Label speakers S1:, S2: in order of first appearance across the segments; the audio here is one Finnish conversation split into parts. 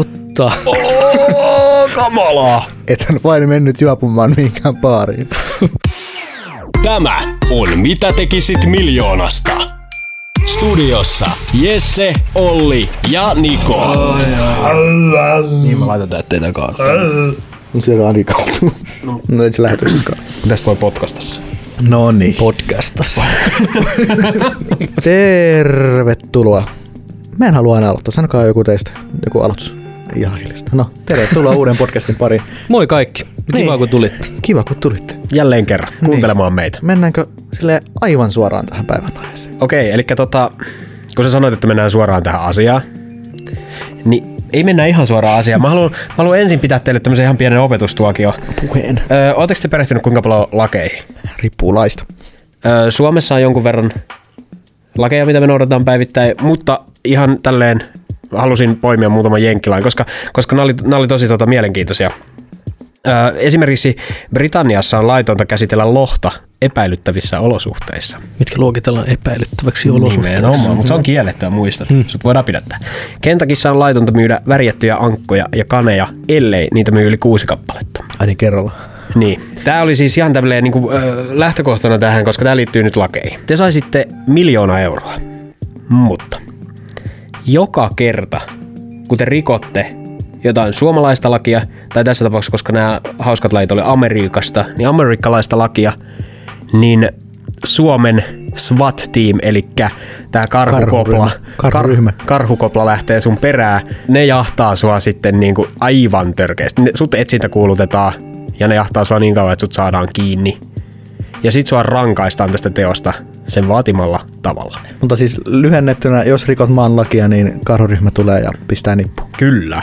S1: Jumalauta!
S2: Oh, kamalaa!
S3: Et on vain mennyt juopumaan mihinkään baariin.
S2: Tämä on Mitä tekisit miljoonasta. Studiossa Jesse, Olli ja Niko.
S4: Niin mä laitan tätä takaa.
S3: No sieltä ainakin kautuu. No ei se lähetyksetkaan.
S4: Tästä voi potkasta se.
S3: No niin.
S1: Podcastas.
S3: Tervetuloa. Mä en halua aina aloittaa. Sanokaa joku teistä. Joku aloitus. Ihan hiljasta. No, tervetuloa uuden podcastin pariin.
S1: Moi kaikki. Kiva
S3: Niin.
S1: kun tulitte.
S3: Kiva, kun tulitte.
S4: Jälleen kerran, kuuntelemaan meitä.
S3: Mennäänkö sille aivan suoraan tähän päivän aiheeseen?
S4: Okei, eli tota, kun sä sanoit, että mennään suoraan tähän asiaan, niin ei mennä ihan suoraan asiaan. Mä haluan, mä haluan ensin pitää teille tämmöisen ihan pienen opetustuokio.
S3: Puheen.
S4: Öö, ootteko te perehtynyt kuinka paljon lakeihin?
S3: Riippuu laista.
S4: Öö, Suomessa on jonkun verran lakeja, mitä me noudatetaan päivittäin, mutta ihan tälleen halusin poimia muutaman jenkkilain, koska, koska nämä oli, nämä oli tosi tota, mielenkiintoisia. Öö, esimerkiksi Britanniassa on laitonta käsitellä lohta epäilyttävissä olosuhteissa.
S1: Mitkä luokitellaan epäilyttäväksi olosuhteiksi.
S4: Nimenomaan, mutta se on kiellettyä, muistat. Mm. Sut voidaan pidättää. Kentakissa on laitonta myydä värjättyjä ankkoja ja kaneja, ellei niitä myy yli kuusi kappaletta.
S3: Aina kerralla.
S4: Niin. Tämä oli siis ihan tämmöinen niin kuin, ö, lähtökohtana tähän, koska tämä liittyy nyt lakeihin. Te saisitte miljoona euroa, mutta joka kerta, kun te rikotte jotain suomalaista lakia, tai tässä tapauksessa, koska nämä hauskat lait oli Amerikasta, niin amerikkalaista lakia, niin Suomen SWAT-team, eli tämä karhukopla,
S3: Karhuryhmä. Karhuryhmä.
S4: karhukopla lähtee sun perään. Ne jahtaa sua sitten niinku aivan törkeästi. Ne, sut etsintä kuulutetaan ja ne jahtaa sua niin kauan, että sut saadaan kiinni. Ja sit sua rankaistaan tästä teosta sen vaatimalla tavalla.
S3: Mutta siis lyhennettynä, jos rikot maan lakia, niin karhuryhmä tulee ja pistää nippu.
S4: Kyllä.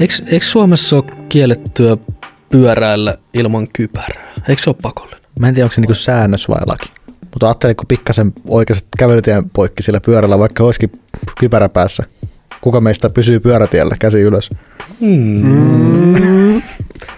S1: Eikö, eikö Suomessa ole kiellettyä pyöräillä ilman kypärää? Eikö se ole pakollinen?
S3: Mä en tiedä, onko se niinku säännös vai laki. Mutta ajattelin, kun pikkasen oikeasti kävelytien poikki sillä pyörällä, vaikka olisikin kypärä päässä. Kuka meistä pysyy pyörätiellä, käsi ylös?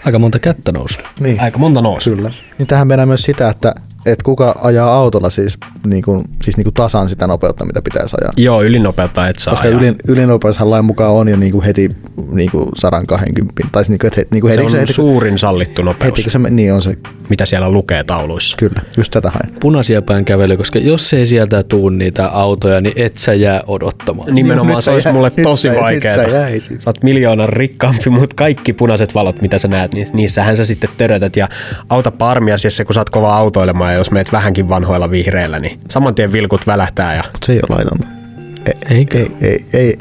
S1: Aika monta kättä nousi.
S3: Niin,
S4: Aika monta nousi.
S3: kyllä. Niin tähän mennään myös sitä, että et kuka ajaa autolla siis, niinku, siis niinku tasan sitä nopeutta, mitä pitäisi ajaa.
S4: Joo, ylinopeutta et saa
S3: Koska
S4: ajaa.
S3: ylin, ylinopeushan lain mukaan on jo niinku heti niinku 120, tai niinku, et, heti- niinku
S4: Se
S3: heti,
S4: on
S3: heti,
S4: suurin sallittu nopeus,
S3: heti, kun se, men- niin on se,
S4: mitä siellä lukee tauluissa.
S3: kyllä, just tätä hain.
S1: Punaisia päin kävely, koska jos ei sieltä tuu niitä autoja, niin et sä jää odottamaan.
S4: Nimenomaan
S3: Nyt
S4: se
S3: sä
S4: olisi
S3: jä-
S4: mulle
S3: nyt
S4: tosi
S3: sä- nyt
S4: vaikeaa.
S3: sä jäisit.
S4: Sä oot miljoonan rikkaampi, mutta kaikki punaiset valot, mitä sä näet, niin niissähän sä sitten törötät. Ja auta parmias, jos sä- kun sä oot kova autoilemaan ja jos meet vähänkin vanhoilla vihreillä, niin saman tien vilkut välähtää ja
S3: Mutta se ei ole laitonta.
S1: Eikö?
S3: E, Ei, ei,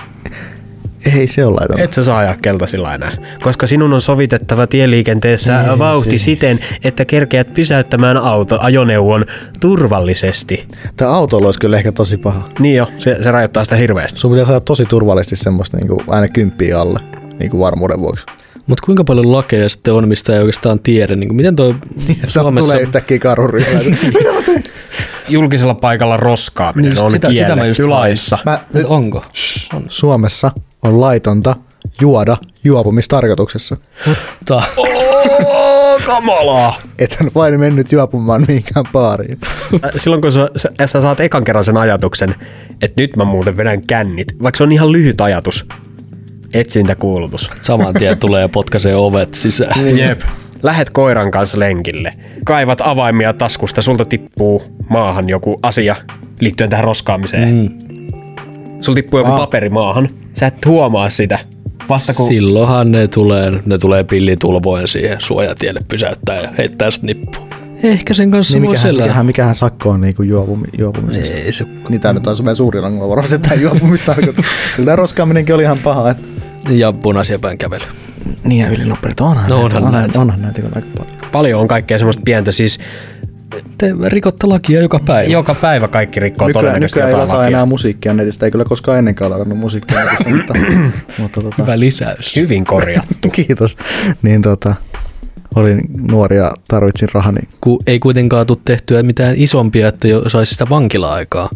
S3: ei, ei se ole laitonta.
S4: et sä saa ajaa keltaisilla enää. Koska sinun on sovitettava tieliikenteessä
S3: Niin,
S4: vauhti
S3: siis.
S4: siten, että kerkeät pysäyttämään auto ajoneuvon turvallisesti.
S3: Tämä autolla olisi kyllä ehkä tosi paha.
S4: Niin jo, se, se rajoittaa sitä hirveästi.
S3: Sun pitää saada tosi turvallisesti semmoista niin kuin aina kymppiä alle niin kuin varmuuden vuoksi.
S1: Mutta kuinka paljon lakeja sitten on, mistä ei oikeastaan tiedä? Niin miten toi
S3: Suomessa...
S1: Suomessa...
S3: Tulee yhtäkkiä karuryhmä.
S4: Julkisella paikalla roskaaminen
S1: Just
S4: on
S1: sitä-
S4: sitä,
S1: sitä mä
S4: kielletty
S1: just
S4: laissa.
S3: Mä,
S1: Mut onko? On.
S3: Suomessa on laitonta juoda juopumistarkoituksessa.
S1: Tää-
S2: Oh, kamalaa!
S3: Et on vain mennyt juopumaan mihinkään baariin.
S4: Silloin kun sä, sä, sä saat ekan kerran sen ajatuksen, että nyt mä muuten vedän kännit, vaikka se on ihan lyhyt ajatus, etsintäkuulutus.
S1: Saman tien tulee ja potkaisee ovet
S3: Niin.
S1: sisään.
S4: Jep. Lähet koiran kanssa lenkille, kaivat avaimia taskusta, sulta tippuu maahan joku asia liittyen tähän roskaamiseen. Mm. Sul tippuu joku paperi maahan, sä et huomaa sitä, vasta kun
S1: Silloinhan ne tulee, ne tulee pillitulvoen siihen suojatielle pysäyttää ja heittää sut nippuun. Ehkä sen kanssa
S3: Niin
S1: voi
S3: mikähän,
S1: selää.
S3: mikähän, mikähän sakko on niin kuin juopumi, juopumisesta?
S1: Ei se,
S3: Niin tää nyt on se meidän suurin ongelma varmasti tämä juopumistarkoitus. Kyllä tää roskaaminenkin oli ihan paha. Et...
S1: ja punaisia päin kävely.
S3: Niin ja ylinopeudet, onhan,
S1: No onhan
S3: onhan,
S1: näitä.
S3: näitä. onhan näitä kyllä aika paljon.
S4: paljon on kaikkea semmoista pientä, siis
S1: Te rikotte lakia joka päivä.
S4: joka päivä kaikki rikkoo
S3: Nykyään,
S4: todennäköisesti
S3: nykyään ei
S4: jotain
S3: lataa
S4: lakia.
S3: enää musiikkia netistä, ei kyllä koskaan ennenkään ladannut musiikkia netistä, mutta, mutta tota,
S1: Hyvä lisäys.
S4: Hyvin korjattu.
S3: kiitos. Niin tota, olin nuori ja tarvitsin niin- rahani.
S1: Ku, ei kuitenkaan tule tehtyä mitään isompia, että jo saisi sitä vankila-aikaa.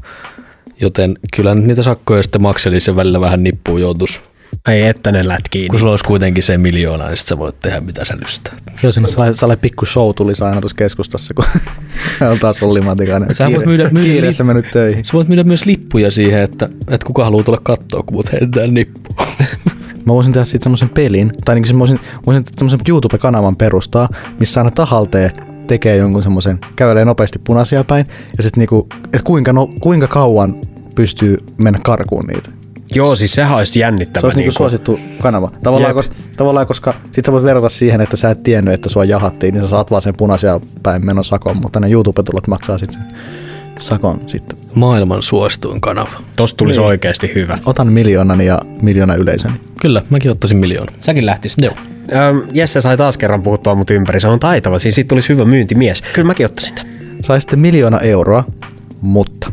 S1: Joten kyllä nyt niitä sakkoja sitten makseli sen välillä vähän nippuun joutus.
S4: Ai että ne lätkii.
S1: Kun sulla olisi kuitenkin se miljoona, niin sit sä voit tehdä mitä sä lystäät.
S3: Joo, sinne sellainen, sellainen pikku show tuli aina tuossa keskustassa, kun on taas Olli Matikainen.
S1: Sä voit myydä- myydä
S3: kiireessä
S1: li-
S3: mennyt töihin.
S1: Sä voit myydä myös lippuja siihen, että, että kuka haluaa tulla kattoon, kun mut heitetään nippuun.
S3: Mä voisin tehdä siitä semmoisen pelin, tai niin mä voisin, voisin semmoisen YouTube-kanavan perustaa, missä aina tahalteen tekee jonkun semmoisen, kävelee nopeasti punaisia päin, ja sitten niinku, et kuinka, no, kuinka kauan pystyy mennä karkuun niitä.
S4: Joo, siis sehän olisi jännittävä. niin
S3: Se olisi niinku suosittu kanava. Tavallaan,
S4: Jep.
S3: koska, tavallaan koska sit sä voit verrata siihen, että sä et tiennyt, että sua jahattiin, niin sä saat vaan sen punaisia päin menon sakon, mutta ne YouTube-tulot maksaa sitten sen sakon sitten.
S1: Maailman suosituin kanava.
S4: Tosta tulisi niin. oikeasti hyvä.
S3: Otan miljoonan ja miljoona yleisön.
S1: Kyllä, mäkin ottaisin miljoona.
S4: Säkin lähtisit.
S1: Joo.
S4: Öm, Jesse sai taas kerran puhuttua mut ympäri. Se on taitava. Siis siitä tulisi hyvä myyntimies. Kyllä mäkin ottaisin tämän.
S3: Saisitte miljoona euroa, mutta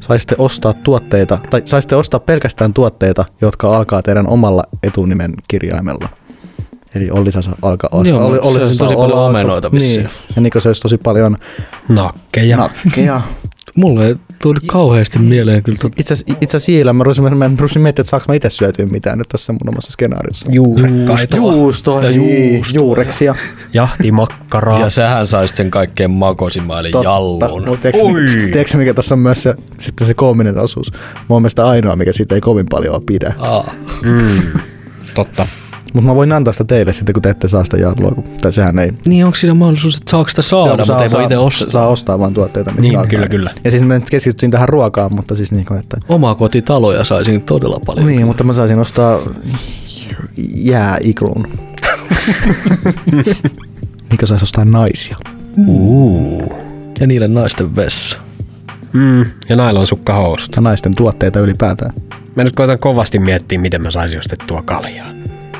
S3: saisitte ostaa tuotteita, tai saisitte ostaa pelkästään tuotteita, jotka alkaa teidän omalla etunimen kirjaimella. Eli Olli saa alkaa ostaa.
S1: Joo,
S3: Olli,
S1: se
S3: Olli
S1: olisi
S3: Sasa
S1: tosi
S3: alkaa-
S1: paljon omenoita vissiin.
S3: Niin. Ja Niko se olisi tosi paljon
S4: Nakkeja.
S3: No. nakkeja.
S1: Mulle ei tullut kauheasti mieleen kyllä. Tot...
S3: Itse asiassa- itse asiassa siellä mä rupesin, mä rupesin miettimään, että saanko mä itse syötyä mitään nyt tässä mun omassa skenaariossa.
S4: Juurekkaita.
S3: Juustoa,
S1: Ja
S3: niin,
S1: juustoa.
S3: juureksia.
S4: Jahtimakkaraa.
S1: Ja sähän saisit sen kaikkein makosimman eli jallun.
S3: Mutta tiedätkö,
S4: Ui.
S3: tiedätkö, mikä tässä on myös se, sitten se koominen osuus? Mun mielestä ainoa, mikä siitä ei kovin paljon pidä.
S1: Aa.
S4: Totta.
S3: Mutta mä voin antaa sitä teille sitten, kun te ette saa sitä jallua, kun, tai sehän ei.
S1: Niin onko siinä mahdollisuus, että saako sitä saada,
S3: Joo, kun
S1: mutta no, ei voi itse
S3: saa,
S1: ostaa?
S3: saa ostaa vaan tuotteita. mitkä
S4: Niin,
S3: on
S4: kyllä,
S3: näin.
S4: kyllä.
S3: Ja siis me nyt keskityttiin tähän ruokaan, mutta siis niin kuin, että...
S1: Omaa kotitaloja saisin todella paljon.
S3: Niin, mutta mä saisin ostaa jääiklun. Mikä saisi ostaa naisia?
S1: Ja niille naisten vessa.
S4: Mm, ja nailla on sukka housu.
S3: Tai naisten tuotteita ylipäätään.
S4: Mä nyt koitan kovasti miettiä, miten mä saisin ostettua kaljaa.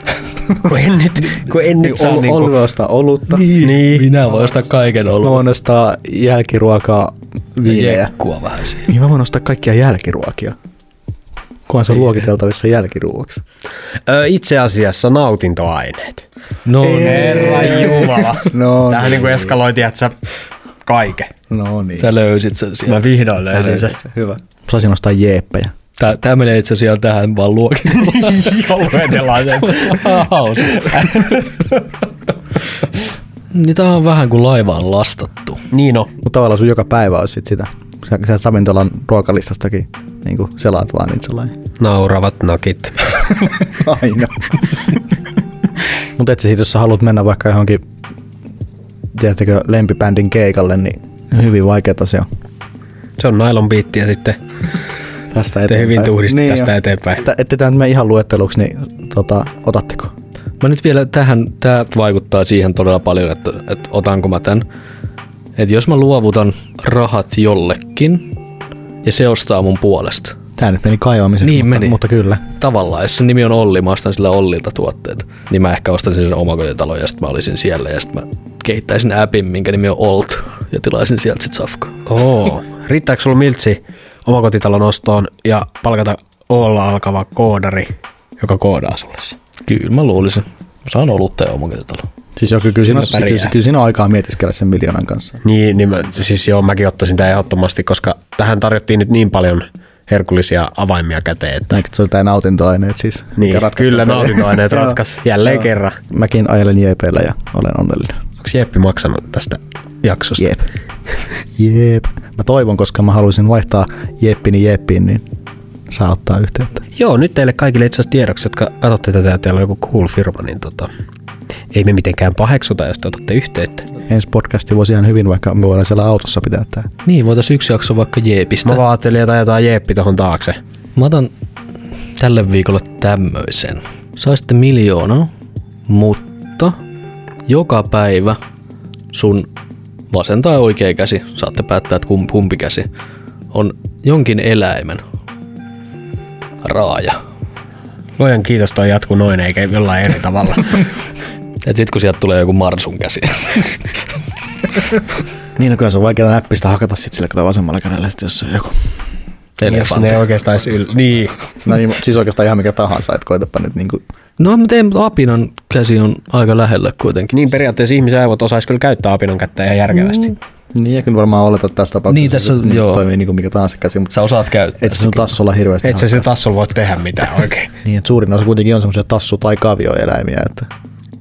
S4: kun en nyt, kun en nyt
S3: Nyt
S4: saa
S3: Niin Ol,
S4: niinku...
S3: Olli voi ostaa olutta.
S4: Niin.
S1: Minä voin ostaa kaiken
S3: Mä
S1: ollut.
S3: voin ostaa jälkiruokaa, viinejä.
S1: Jekkua vähän siihen.
S3: Niin mä voin ostaa kaikkia jälkiruokia. Kunhan se on luokiteltavissa jälkiruoksi.
S4: Ö, itse asiassa nautintoaineet.
S1: No
S4: Herra Jumala.
S3: No
S4: Tähän
S3: niin.
S4: niinku eskaloiti, että sä kaiken.
S3: No niin.
S1: Sä löysit sen sieltä.
S4: Mä vihdoin löysin sen.
S3: Hyvä. Saisin ostaa jeeppejä.
S1: Tää, tää menee itse asiassa ihan tähän vaan luokitellaan.
S4: Joo, luetellaan sen.
S1: Hauska. niin tää on vähän kuin laivaan lastattu.
S4: Niin on.
S3: Mutta tavallaan sun joka päivä olisi sit sitä. Sä, sä ravintolan ruokalistastakin niin selaat vaan niitä sellainen.
S4: Nauravat nakit.
S3: Aina. Mutta et sä sit, jos sä haluat mennä vaikka johonkin, tiedättekö, lempibändin keikalle, niin hyvin vaikeeta se on.
S4: Se on nailon biitti ja sitten
S3: Tästä
S4: te
S3: eteenpäin.
S4: hyvin tuhdisti niin tästä
S3: jo.
S4: jo. eteenpäin.
S3: Tä- Ette tämä nyt mene ihan luetteluksi, niin tota, otatteko?
S1: Mä nyt vielä tähän, tää vaikuttaa siihen todella paljon, että, että otanko mä tän. Että jos mä luovutan rahat jollekin ja se ostaa mun puolesta.
S3: Tämä nyt meni kaivamiseksi,
S1: Niin
S3: mutta,
S1: meni.
S3: mutta kyllä.
S1: Tavallaan, jos sen nimi on Olli, mä ostan sillä Ollilta tuotteet. Niin mä ehkä ostaisin sen omakotitalon ja sitten mä olisin siellä ja sitten mä kehittäisin appin, minkä nimi on Olt ja tilaisin sieltä sit safkaa.
S4: Oo. Riittääkö sulla miltsi omakotitalon ostoon ja palkata olla alkava koodari, joka koodaa sulle se?
S1: Kyllä mä luulisin. Mä saan olutta ja omakotitalo.
S3: Siis joo, kyllä, kyllä, siinä, on,
S4: pärjää.
S3: kyllä, kyllä siinä on aikaa mietiskellä sen miljoonan kanssa.
S4: Niin, niin mä, siis joo, mäkin ottaisin tämän ehdottomasti, koska tähän tarjottiin nyt niin paljon herkullisia avaimia käteen, että
S3: Eikö se ole tämä nautintoaineet siis?
S4: niin,
S3: mikä ratkaisi
S4: kyllä
S3: tämän pelin?
S4: nautintoaineet
S3: Joo.
S4: ratkas jälleen kerran.
S3: Mäkin ajelen jeepeillä ja olen onnellinen.
S4: Onko Jeppi maksanut tästä jaksosta?
S3: Jep. Jep. Mä toivon, koska mä haluaisin vaihtaa jeppini jeppiin, niin saa ottaa yhteyttä.
S4: Joo, nyt teille kaikille itse asiassa tiedoksi, jotka katsotte tätä ja teillä on joku cool firma, niin tota, ei me mitenkään paheksuta, jos te otatte yhteyttä.
S3: Ensi podcasti voisi ihan hyvin, vaikka me voidaan siellä autossa pitää tää.
S1: Niin, voitaisiin yksi jakso vaikka jeepistä.
S4: Mä vaan ajattelin, että ajetaan Jeppi tohon taakse.
S1: Mä otan tälle viikolle tämmöisen. Saisitte miljoonaa, mutta joka päivä sun vasen tai oikea käsi, saatte päättää, että kum- kumpi käsi, on jonkin eläimen raaja.
S4: Luojan kiitos, toi jatkuu noin, eikä jollain eri tavalla.
S1: Et sit kun sieltä tulee joku marsun käsi.
S3: Niin, no kyllä se on vaikeaa näppistä hakata sit sillä kyllä vasemmalla kädellä, sit jos se on joku.
S4: Niin, Jos ne
S1: Elefantti.
S4: ei oikeastaan edes yl... Niin.
S3: No niin, siis oikeastaan ihan mikä tahansa, että koetapa nyt niinku...
S1: No mä teen, mutta apinan käsi on aika lähellä kuitenkin.
S4: Niin periaatteessa ihmisen aivot osaisi kyllä käyttää apinon kättä ihan järkevästi. Mm.
S3: Niin, ja kyllä varmaan oletat tässä tapauksessa,
S1: Niin, tässä
S3: se
S1: on-
S3: niinku
S1: joo.
S3: toimii niinku mikä tahansa käsi, mutta
S1: Sä osaat käyttää.
S3: et se sun tassulla hirveästi
S4: Et sä se tassulla voi tehdä mitään oikein.
S3: Niin, että suurin osa kuitenkin on semmoisia tassu- tai kavioeläimiä, että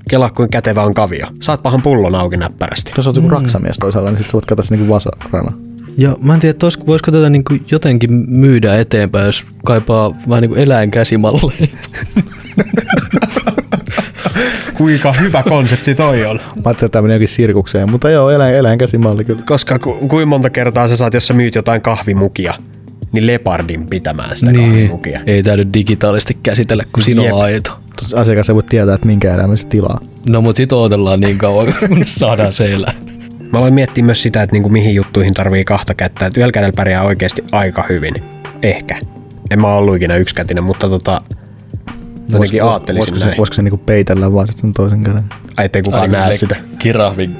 S4: Kela kuin kätevä on kavio. Saat pahan pullon auki näppärästi.
S3: niin jos olet joku raksamies toisaalta, niin sit sä voit katsoa sen niinku vasarana.
S1: Ja mä en tiedä, tos, voisiko tätä niin kuin jotenkin myydä eteenpäin, jos kaipaa vähän niin kuin eläinkäsimalleja.
S4: Kuinka hyvä konsepti toi on.
S3: Mä ajattelin, että tämä meni johonkin sirkukseen, mutta joo, eläin, eläin käsimalli kyllä.
S4: Koska ku, kuinka monta kertaa sä saat, jos sä myyt jotain kahvimukia, niin Lepardin pitämään sitä niin. kahvimukia.
S1: Ei täydy digitaalisesti käsitellä, kun siinä
S4: Jep.
S1: on aito.
S3: Asiakas ei voi tietää, että minkä eläimen se tilaa.
S1: No mut sit ootellaan niin kauan, kun saadaan se elää.
S4: Mä aloin miettiä myös sitä, että niinku mihin juttuihin tarvii kahta kättä. Että yhdellä kädellä pärjää oikeasti aika hyvin. Ehkä. En mä ollut ikinä yksikätinen, mutta tota, jotenkin
S3: Vois-
S4: ajattelisin
S3: voisiko, se,
S4: näin.
S3: voisiko se niinku peitellä vaan sitten sen toisen käden?
S4: Ai ettei kukaan näe sitä.
S1: Kirahvin.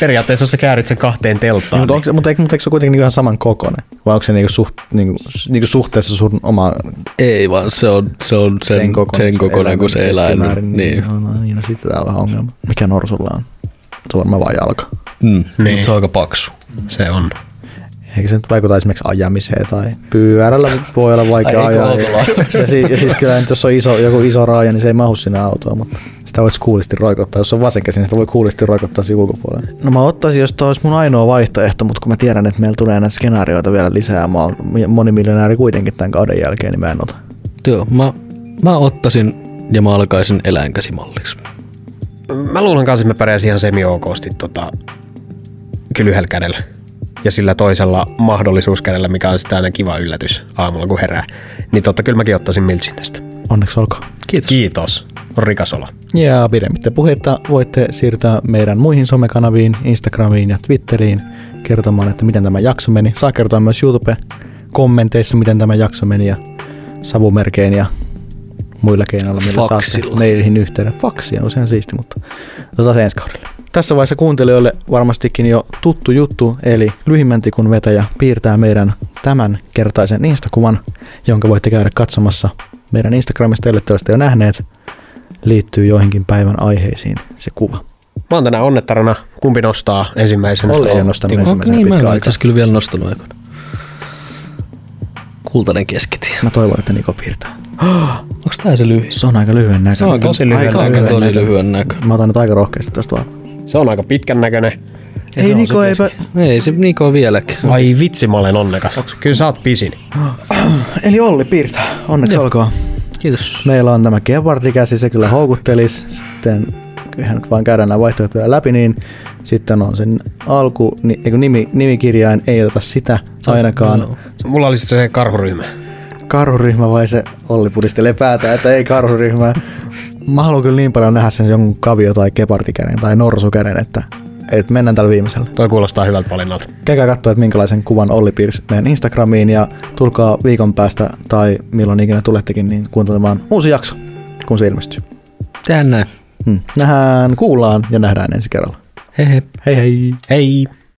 S4: Periaatteessa jos sä käärit sen kahteen telttaan.
S3: Mutta, onko, se- mutta, eikö, mutta eikö se ole kuitenkin niinku ihan saman kokoinen? Vai onko se niinku suht, niinku, niinku suhteessa sun oma
S1: Ei vaan, se on, se on sen, sen, kokoinen, sen kokoinen kuin se eläin.
S3: keskimäärin,
S1: Niin. niin.
S3: Niin, no, no, niin, no sitten tää on vähän ongelma. Mikä norsulla on? Se on varmaan vaan jalka.
S1: Mm. niin. Se on aika paksu.
S4: niin se on.
S3: Eikö se nyt vaikuta esimerkiksi ajamiseen tai pyörällä voi olla vaikea
S1: Ai, eikö
S3: ajaa.
S1: autolla?
S3: Ja, ja, siis, ja siis kyllä nyt, jos on iso, joku iso raaja, niin se ei mahu sinne autoon, mutta sitä voit kuulisti roikottaa. Jos on vasen käsi, niin sitä voi kuulisti roikottaa siinä ulkopuolelle. No mä ottaisin, jos tämä olisi mun ainoa vaihtoehto, mutta kun mä tiedän, että meillä tulee näitä skenaarioita vielä lisää, mä oon monimiljonääri kuitenkin tämän kauden jälkeen, niin mä en ota.
S1: Joo, mä, mä ottaisin ja mä alkaisin eläinkäsimalliksi.
S4: Mä luulen kanssa, että mä pärjäsin ihan semi-okosti tota, kyllä yhdellä kädellä. Ja sillä toisella mahdollisuuskädellä, mikä on sitten aina kiva yllätys aamulla, kun herää. Niin totta, kyllä mäkin ottaisin miltsin tästä.
S3: Onneksi olkoon.
S1: Kiitos.
S4: Kiitos. On rikas olla.
S3: Ja pidemmittä puhetta voitte siirtää meidän muihin somekanaviin, Instagramiin ja Twitteriin kertomaan, että miten tämä jakso meni. Saa kertoa myös YouTube-kommenteissa, miten tämä jakso meni ja savumerkein ja muilla keinoilla, millä
S1: Faksilla.
S3: saatte meihin yhteyden. Faksia on ihan siisti, mutta otetaan se ensi kaudella. Tässä vaiheessa kuuntelijoille varmastikin jo tuttu juttu, eli lyhimmän tikun vetäjä piirtää meidän tämän kertaisen Instakuvan, jonka voitte käydä katsomassa meidän Instagramista, ellei te ole sitä jo nähneet liittyy joihinkin päivän aiheisiin se kuva.
S4: Mä oon tänään onnettarana. Kumpi nostaa ensimmäisenä?
S3: Olli ei ole nostanut
S4: Timo.
S3: ensimmäisenä
S1: niin, mä en
S3: pitkä
S1: ole
S3: aika.
S1: itse asiassa kyllä vielä nostanut aikana. Kultainen keskitie.
S3: Mä toivon, että Niko piirtää.
S1: Onko tää se lyhyt?
S3: Se on aika lyhyen näköinen.
S1: Se on
S4: tosi
S1: aika-
S4: lyhyen
S1: aika
S4: näköinen.
S1: tosi lyhyen näkö.
S3: Mä otan nyt aika rohkeasti tästä vaan.
S4: Se on aika pitkän näköinen.
S3: Ei Niko, eipä...
S1: Ei se Niko vieläkään.
S4: Ai vitsi, mä olen onnekas. Kyllä sä oot pisin.
S3: Eli Olli piirtää. Onneksi olkoon.
S1: Kiitos.
S3: Meillä on tämä Gevardikäsi, se kyllä houkuttelis. Sitten kyllähän nyt vaan käydään nämä vaihtoehdot vielä läpi, niin sitten on sen alku, ni, eiku, nimi, nimikirjain, ei ota sitä ainakaan.
S1: joo.
S4: Mulla oli sitten se karhuryhmä.
S3: karhuryhmä vai se Olli pudistelee päätä, että ei karhuryhmää. Mä haluan kyllä niin paljon nähdä sen jonkun kavio tai kepartikäden tai norsukäden, että, että mennään tällä viimeisellä.
S4: Toi kuulostaa hyvältä valinnalta.
S3: Käykää katsoa, että minkälaisen kuvan Olli piirsi meidän Instagramiin ja tulkaa viikon päästä tai milloin ikinä tulettekin, niin kuuntelemaan uusi jakso, kun se ilmestyy.
S1: Tehdään näin.
S3: Hmm. Nähdään, kuullaan ja nähdään ensi kerralla.
S1: Hei hei.
S3: Hei hei!
S4: Hei!